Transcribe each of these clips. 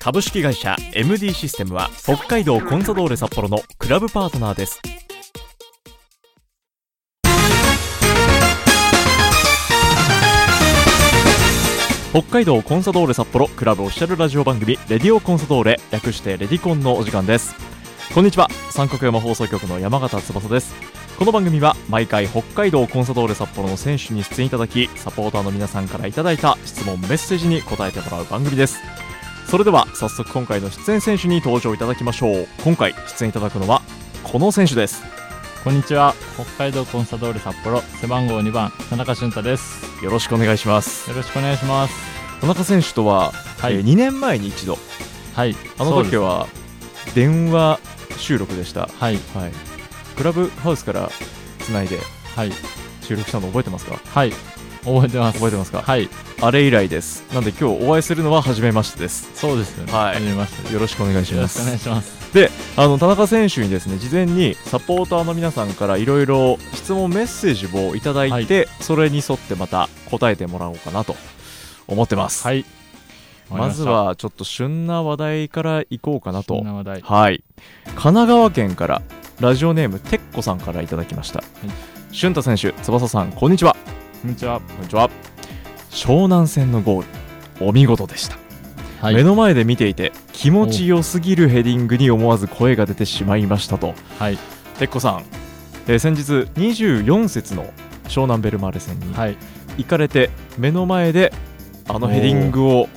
株式会社 MD システムは北海道コンサドーレ札幌のクラブパートナーです北海道コンサドーレ札幌クラブオフィシャルラジオ番組「レディオコンサドーレ」略して「レディコン」のお時間ですこんにちは三角山放送局の山形翼ですこの番組は毎回北海道コンサドーレ札幌の選手に出演いただきサポーターの皆さんからいただいた質問メッセージに答えてもらう番組ですそれでは早速今回の出演選手に登場いただきましょう今回出演いただくのはこの選手ですこんにちは北海道コンサドーレ札幌背番号2番田中俊太ですよろしくお願いしますよろしくお願いします田中選手とは、はいえ2年前に一度はいあそのうです時は電話収録でしたはいはいクラブハウスからつないではい収録したの覚えてますかはい覚えてます覚えてますかはいあれ以来ですなんで今日お会いするのは初めましてですそうですねはいはじめましてよろしくお願いしよまろしくお願すいしますあの田中選手にですね事前にサポーターの皆さんからいろいろ質問メッセージをいただいて、それに沿ってまた答えてもらおうかなと思ってます、はいまずはちょっと旬な話題からいこうかなととはい神奈川県からラジオネームてっこさんからいただきました、俊太選手翼さんこんにちはこんにちはこんにちは湘南戦のゴールお見事でしたは目いの前で見ていて気持ちよすぎるヘディングに思わず声が出てしまいましたとはいてっこさん、えー先日24節の湘南ベルマーレ戦にはい行かれて目の前であのヘディングを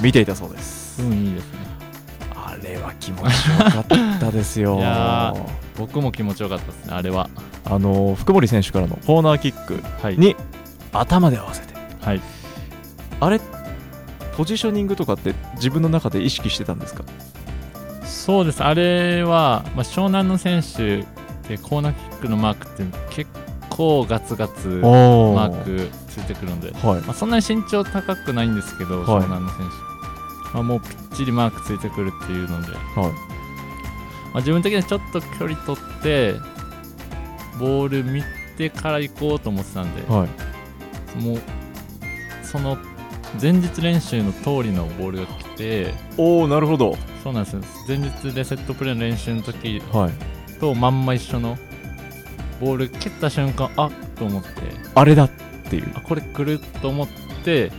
見ていたそうです運いいですねあれは気持ちよかったですよ いやあ僕も気持ちよかったですねあれはの福森選手からのコーナーキックはいに頭で合わせてはいあれポジショニングとかって自分の中で意識してたんですかそうですあれは、まあ、湘南の選手でコーナーキックのマークって結構ガツガツママークついてくるのではいまあ、そんなに身長高くないんですけはど、い湘南の選手、まあ、もうぴっちりマークついてくるっていうので、まはいあ、自分的にはちょっと距離取って、ボール見てから行こうと思ってたんで、はいもうその前日練習の通りのボールが来て、おおなるほどそうなんですよ前日でセットプレーの練習の時はいとまんま一緒のボール蹴った瞬間、あっと思って。あれだっていうあこれ来ると思って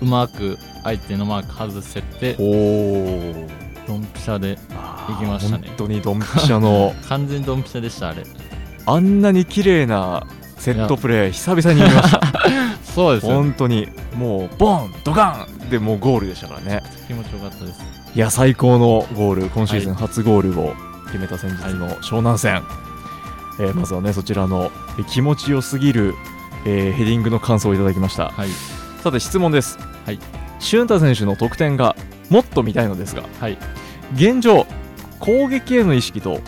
うまく相手のマーク外せておおドンピシャで行きましたね本当にドンピシャ の完全にドンピシャでしたあれあんなに綺麗なセットプレー久々に見ました そうですよ、ね、本当にもうボンドカンでもうゴールでしたからね気持ちよかったですいや最高のゴール今シーズン初ゴールを決めた先日の湘南戦、えーまずはねそちらのえー気持ちよすぎる、えーヘディングの感想をいただきましたはいさて質問です、はい、俊太選手の得点がもっと見たいのですがはい現状攻撃への意識と守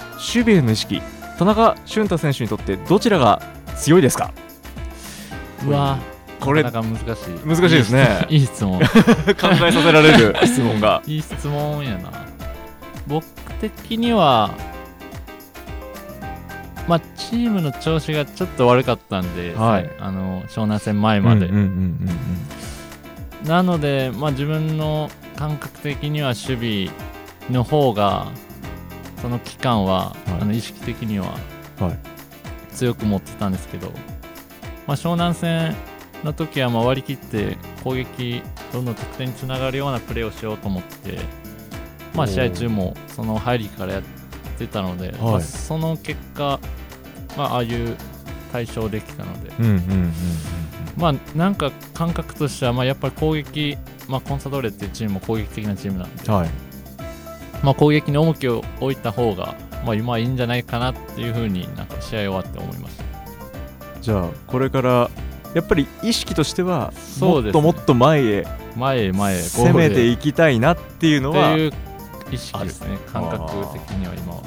備への意識田中俊太選手にとってどちらが強いですかうわこれなかなか難し難いしいですねいい質問 考えさせられ る質問がいい質問やな僕的にはまあチームの調子がちょっと悪かったんで、はいあの湘南戦前まで、うんうんうんなので、まあ、自分の感覚的には守備の方がその期間は、はいあの意識的にははい強く持ってたんですけど、まあ、湘南戦の時はまあ割り切って攻撃どんどん得点につながるようなプレーをしようと思って、まおあ、ー試合中もその入りからやってたので、いまあその結果、まあああいう対象できたので。うんうんうんうんまあ、なんか感覚としては、まあ、やっぱり攻撃、まあ、コンサドーレっていうチームも攻撃的なチームなんで、うんはいまあ、攻撃に重きを置いた方が、まあ、今はいいんじゃないかなっていうふうになんか試合終わって思いましたじゃあこれからやっぱり意識としてはそもうっですとねもっと前へ前へ前へゴー攻ルへめていきたいなっていうのってはいう意識ですね感覚的には今は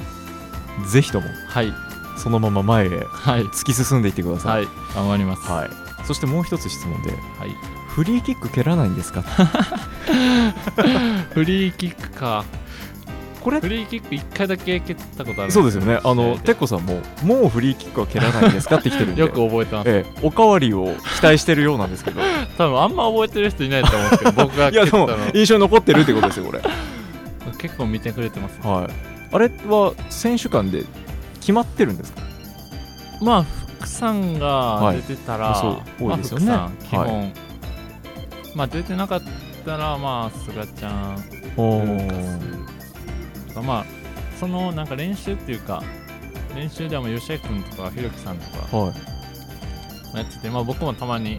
ぜひともはいそのまま前へはい突き進んでいってくださ、はいい頑張りますはいそしてもう一つ質問ではいフリーキック蹴らないんですかフリーキックかこれフリーキック1回だけ蹴ったことあるそうですよねあの試合テッコさんももうフリーキックは蹴らないんですかって来てるんででよく覚えてますええ、おかわりを期待してるようなんです けどい多分あんま覚えてる人いないと思うんですけど僕が蹴やったでもの印象に残ってるってことですよこれ、はい、結構見てくれてますねあれは選手間で決まってるんですかまあ福さんが出てたら、はいそう多いですよねまあ、福さん基はい本、まあ出てなかったらまあすがちゃんルおーカスとかまあそのなんか練習っていうか練習ではもう吉井君とかひろきさんとかはいやってて、まあ、僕もたまに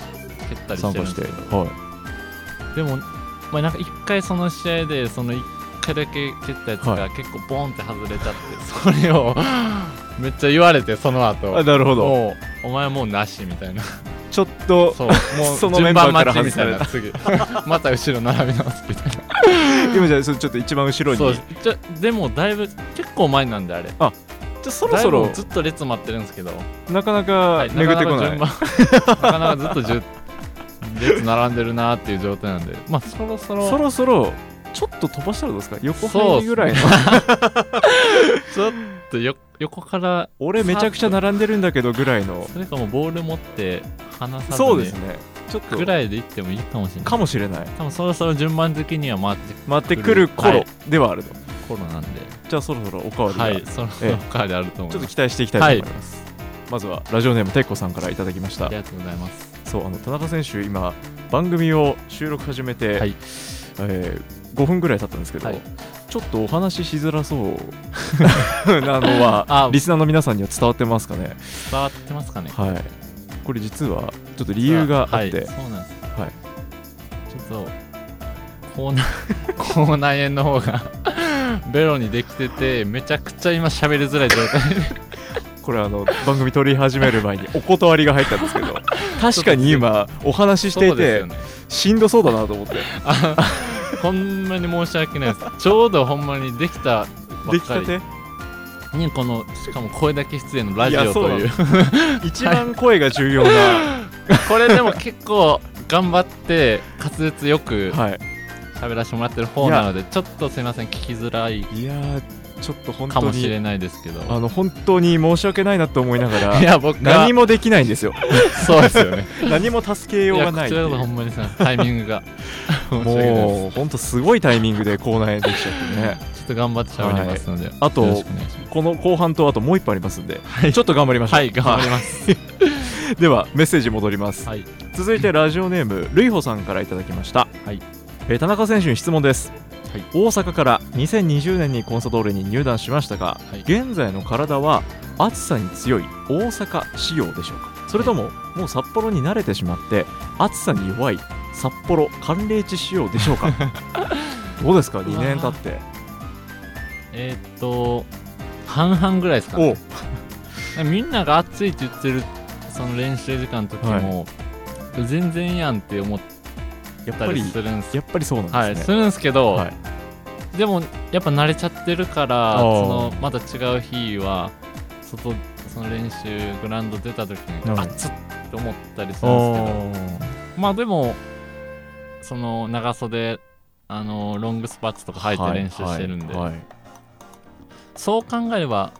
蹴ったりし参てる加んでしすてけどはでもまあなんか一回その試合でその一回だけ蹴ったやつはが結構ボンって外れちゃって、それを めっちゃ言われてその後いあなるほどもうお前もうなしみたいなちょっと そう、もうそのメン順バー番から待ち外みさたいれな、た次、 また後ろ並び直すみたいな。今じゃあそれちょっと一番後ろにそうちょでも、だいぶ、結構前なんで、あれ。じゃあそろそだいろぶずっと列待ってるんですけど、なかなか巡ってこない、なかなか順番 なかなかずっとじゅ列並んでるなっていう状態なんで、まあ、そろそろ、そろそろちょっと飛ばしたらどうですか横そう入りっすねぐらいのちょっとよ横から、俺めちゃくちゃ並んでるんだけどぐらい のそれかもうボール持って離さずそうですにねちょっとぐらいで行ってもいいかもしれなかい。もしれない多分そろそろ順番的には回って待ってくるは頃いではあると、コロなんで、じゃあそろそろおかわりが、はい、ちそろそろカーであると思いょっとます。期待していきたいと思います、まずはラジオネームてっこさんからいただきましあたりがとうございます。そうあの田中選手今番組を収録始めて、はいえー5分ぐらい経ったんですけど、はいちょっとお話ししづらそう なのはあリスナーの皆さんには伝わってますかね伝わってますかねはいこれ実はちょっと理由があって、はい、そうなんです、はいちょっと口内 口内炎の方が ベロにできててめちゃくちゃ今喋りづらい状態でこれあの番組撮り始める前にお断りが入ったんです けど確かに今お 話ししていそうですてよねしんどそうだなと思ってほんまに申し 訳ないですちょうどほんまにできたばでっきかたりてにこのしかも声だけ出演のラジいやオそうとなんいでう一番声が重要な、 は これでも結構頑張って滑舌よくい喋らせてもらってる方なのでちょっとすいません聞きづらいい、やーちょっと本か当もしれにないですけどあの本当に申し訳ないなと思いながいらや僕が何もできないんですよそうですよね何も助けようがないっやこちてらいこうそほんま にさタイミングが申し訳ないですもう本当すごいタイミングでコーナーへできちゃってねちょっと頑張って喋りますので、あとよろしくお願いしま すこの後半とあともう一本ありますんで、ちょっと頑張りましょう、はい頑張ります ではメッセージ戻ります、はい続いてラジオネームるいほさんからいただきました、はいえー田中選手に質問です、はい大阪から2020年にコンサドーレに入団しましたが、はい現在の体は暑さに強い大阪仕様でしょうかそれとも、もう札幌に慣れてしまって暑さに弱い札幌寒冷地仕様でしょう かどうですかうわー2年経ってえーっと半々ぐらいですか、ね、おみんなが暑いって言ってるその練習時間の時も、全然やんって思っやったぱりりするんですやっぱりそうなはんでい、すすね、るんですけど、はいでもやっぱ慣れちゃってるからあそーのまた違う日は外その練習グラウンド出た時にうん暑っって思ったりすあるんですけどーまあでもその長袖あのロングスパッツとか履いて練習してるんで、はいはいそう考えれば、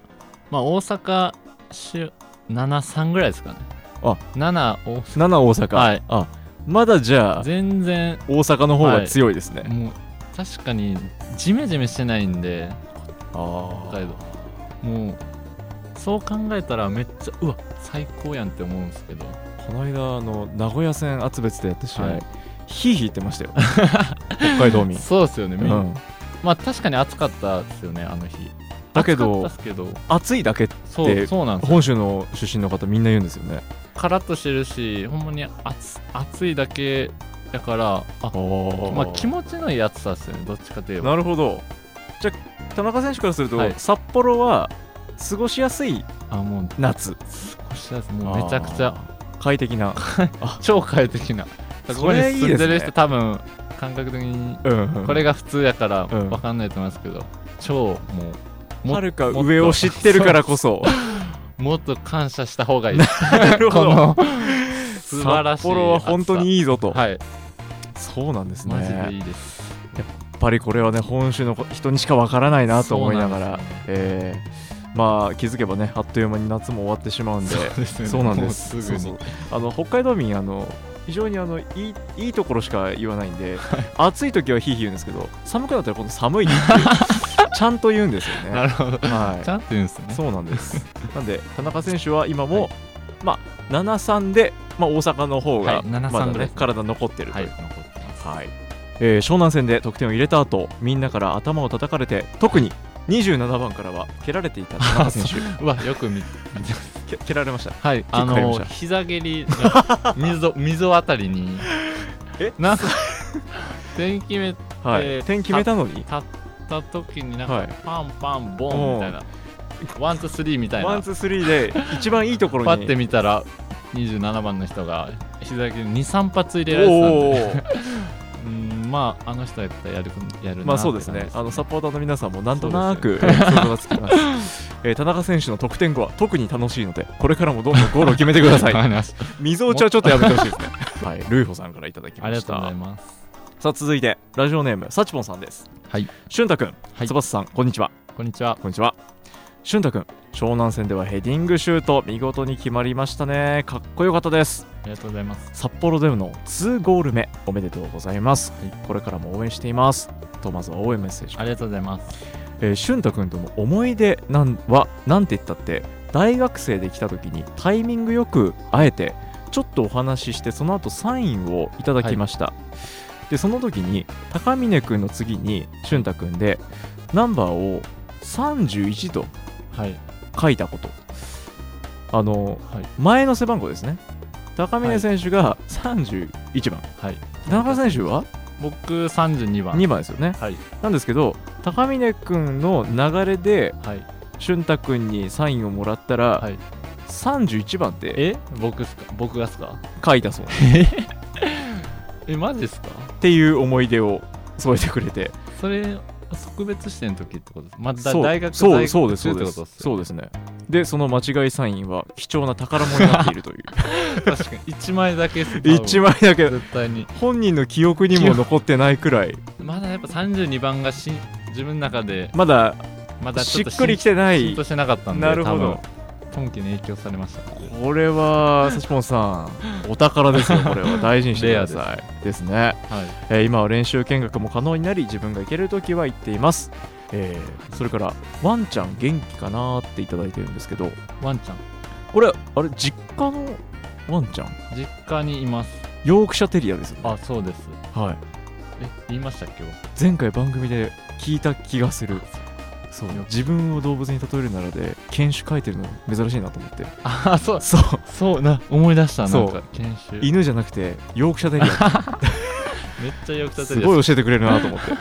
まあ、大阪週73ぐらいですかねあ7を7大阪、はいあまだじゃあ全然大阪の方が強いですね、もう確かにジメジメしてないんであ北海道もうそう考えたらめっちゃうわ最高やんって思うんですけどあこの間あの名古屋戦厚別でやった試合、はいヒーヒー言ってましたよ北海道民、そう ですよね、うみんん、まあ確かに暑かったですよねあの日だけ暑かどったですけど暑いだけってそうそうなんですよ本州の出身の方みんな言うんですよねカラッとしてるしほんまに暑暑いだけだからあまあ気持ちのいい暑さですよねどっちかといえばなるほどじゃあ田中選手からすると、はい札幌は過ごしやすいあもう夏少しですもうめちゃくちゃ快適な超快適なそれここに住んでるいいです人ね多分感覚的にうんうん これが普通やからうん分かんないと思いますけど、超もうもはるか上を知ってるからこ そもっと感謝した方がいいですな るこの素札晴らしい幌は本当にいいぞと、はいそうなんですねマジでいやいです、っぱりこれはね本州の人にしかわからないなと思いながそうならんですよえーまあ気づけばねあっという間に夏も終わってしま うんでですそうなんですもうすぐにそうそうあの北海道民あの非常にあのいいいいところしか言わないんで、暑い時はひいひい言うんですけど寒くなったら今度寒いっていう ちゃんと言うんですよね。なるほどはいちゃんと言うんですねそうなんです。なんで田中選手は今も、まあ73でまあ大阪の方が、はい73まだぐらいね体残ってると。はいいう残ってますはい。えー湘南戦で得点を入れた後、みんなから頭を叩かれて、特に27番からは蹴られていた田中 選うわよく見て手、蹴蹴られました。はいッあク入りましのた膝蹴りが 溝溝あたりにえなんか点決めはい。えー点決めたのに、立った時になんはいかパンパンボンみたいな、ワンツースリーみたいワンなツースリーで一番いいところに。パッて見たら27番の人が膝蹴り23発入れられてたんでおーうんまああの人やったらやるやるなまあそうですねって、あ感のじサポーターの皆さんもなんとなそうく、想像がつきます、 えー田中選手の得点後は特に楽しいので、これからもどんどんゴールを決めてくださ わい、かりました溝落ちはちょっとやめてほしいですね、はい、ルイホさんからいただきあまりがしとうございた。ますさあ続いて、ラジオネーム、さちぽんさんです。はい、俊太君、はい翼さん、こんにちは。こんにちはこんにちは。俊太君、湘南戦ではヘディングシュート、見事に決まりましたね、かっこよかったです。ありがとうございます札幌での2ゴール目、おめでとうございます。これからも応援しています。とまずは応援メッセージありがとうございますえー、俊太君との思い出なんはなんて言ったって大学生で来た時にタイミングよく会えてちょっとお話ししてその後サインをいただきました、でその時に高峰君の次に俊太君でナンバーを31とはい書いたことあのはい前の背番号ですね高峰選手が31番、はい田中選手は僕32番2番ですよねはいなんですけど高峰君の流れではい俊太君にサインをもらったら、はい31番ってえ僕っすか僕がっすか書いたそうっえマジですかていう思い出を添えてくれてそれ特別視点の時ってことですまあだそう大学そう在学そうですそう中ってでこすとっすそうですねでその間違いサインは貴重な宝物になっている という確かに1枚だけです 一枚だけ絶対に本人の記憶にも残ってないくらいまだやっぱ32番がし自分の中でまだまだちしょっっとくりきてな浸い透してなかったんでなるほど多分今季に影響されましたねこれはサシポンさんお宝ですよこれは大事にしてくださいですねはいえー今は練習見学も可能になり自分が行ける時は行っています、えーそれからワンちゃん元気かなーっていただいてるんですけどワンちゃんこれあれ実家のワンちゃん実家にいますヨークシャテリアですよねあそうですはいえ言いましたっけ僕前回番組で聞いた気がするそうヨーク自分を動物に例えるならで犬種書いてるの珍しいなと思ってあそうそう そうな思い出したそなうんか研修めっ犬じゃなくてヨークシャテリ アちゃよく立てするごやい教えてくれるなと思って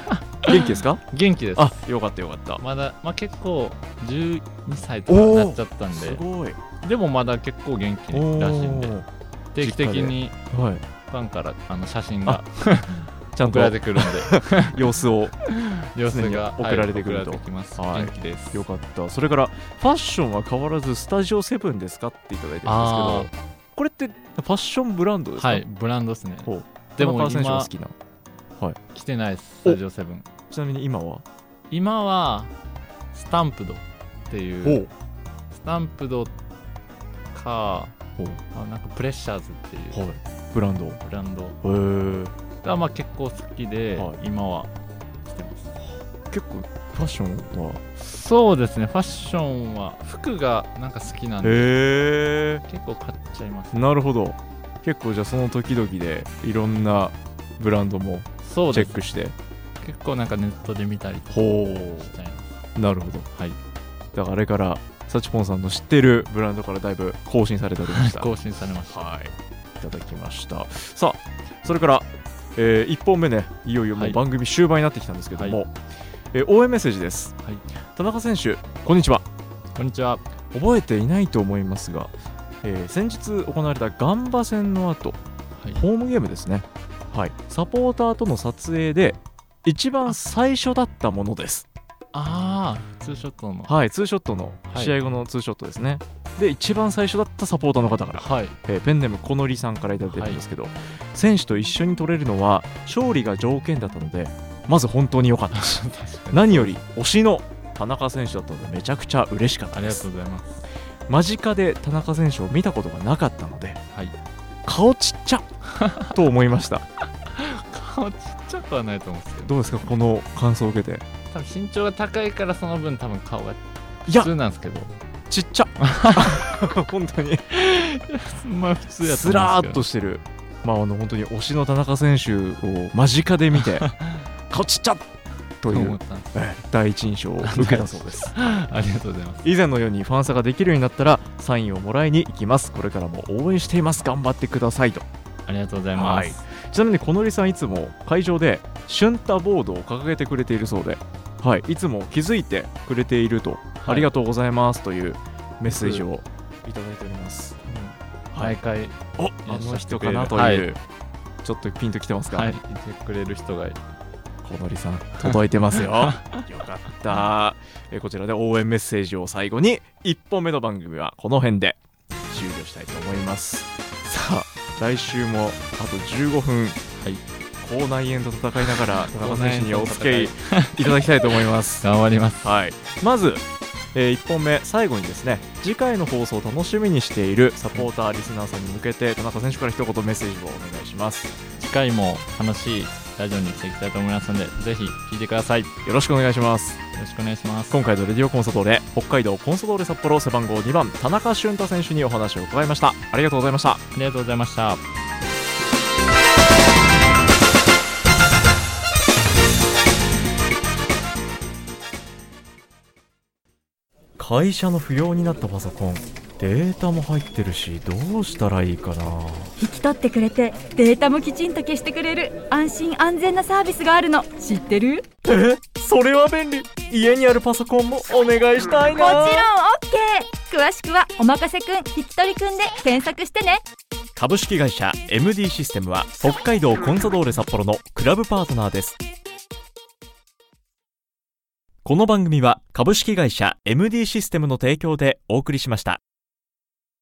元気ですかつ元気ですあよかったよかったまだまあ結構12歳とかになっちゃったんすでごいでもまだ結構元気おらしいんでー定期的にはいファンからあの写真がちゃん送とられてくるんで 様子を様子が送られてくるはいと送られてきます、はい元気ですよかったそれからファッションは変わらずスタジオセブンですかっていただいてるんですけどこれってファッションブランドですかはいブランドですねほうでも田中選手が今好きな来てないですスタジオセブンちなみに今は今はスタンプドっていうスタンプドかほうあなんかプレッシャーズっていうはいブランドへブランドえがまあ結構好きで、はい今は来てます結構ファッションはそうですねファッションは服がなんか好きなんでへ結構買っちゃいますえなるほど結構じゃあその時々でいろんなブランドもそうチでェすックして結構なんかネットで見たりとかほしちゃいますうなるほどはいだからあれからサチポンさんの知ってるブランドからだいぶ更新されており ました更新されましたはい、いただきました。さあ、それから、え1本目ね、いよいよもはうい番組終盤になってきたんですけども、えー応援メッセージです、はい田中選手、こんにちは。こんにちは覚えていないと思いますが、えー先日行われたガンバ戦の後、はいホームゲームですね。はい、サポーターとの撮影で一番最初だったものですああツーショットのはいツーショットのはい試合後のツーショットですね、で一番最初だったサポーターの方から、はいえーペンネームこのりさんから頂いてるんですけど、選手と一緒に撮れるのは勝利が条件だったのでまず本当に良かった し何より推しの田中選手だったのでめちゃくちゃ嬉しかっあたりでがすとうございます間近で田中選手を見たことがなかったので、はい顔ちっち ゃと思いました顔ちっちゃくはないと思うんですけどどうですかこの感想を受けて多分身長が高いからその分多分顔がいや普通なんですけどちっ ちゃ本当にまあ普通やとス思うラんーっですけどとしてるまああの本当に推しの田中選手を間近で見 て顔ちっちゃといと思うったんですええ第一印象を受けたそう ですありがとうございます以前のようにファンサができるようになったらサインをもらいに行きますこれからも応援しています頑張ってくださいとありがとうございます、はいちなみにこのりさんいつも会場でシュンタボードを掲げてくれているそうで、はい、いつも気づいてくれていると、ありがとうございますというメッセージをいただいております、は毎い、回おあやの人かなという、はいちょっとピンときてますか、はいいてくれる人がこのりさん届いてます よよかったえこちらで応援メッセージを最後に1本目の番組はこの辺で終了したいと思いますさあ来週もあと15分、はい口内炎と戦いながら田中選手にはお付き合い口いただきたいと思い ます頑張りますはい、まず、え1本目最後にですね次回の放送を楽しみにしているサポーターリスナーさんに向けて田中選手から一言メッセージをお願いします次回も楽しいラジオにしていきたいと思いますのでぜひ聞いてくださいよよろしくお願いしますろしくお願いします今回のレディオコンサドーレ北海道コンサドーレ札幌背番号2番田中俊太選手にお話を伺いましたありがとうございましたありがとうございました会社の不要になったパソコンデータも入ってるしどうしたらいいかな引き取ってくれてデータもきちんと消してくれる安心安全なサービスがあるの知ってるえそれは便利家にあるパソコンもお願いしたいもちろん OK 詳しくは「おまかせくん引き取りくん」で検索してね株式会社 MD システムは北海道コンサドーレ札幌のクラブパートナーですこの番組は株式会社 MD システムの提供でお送りしました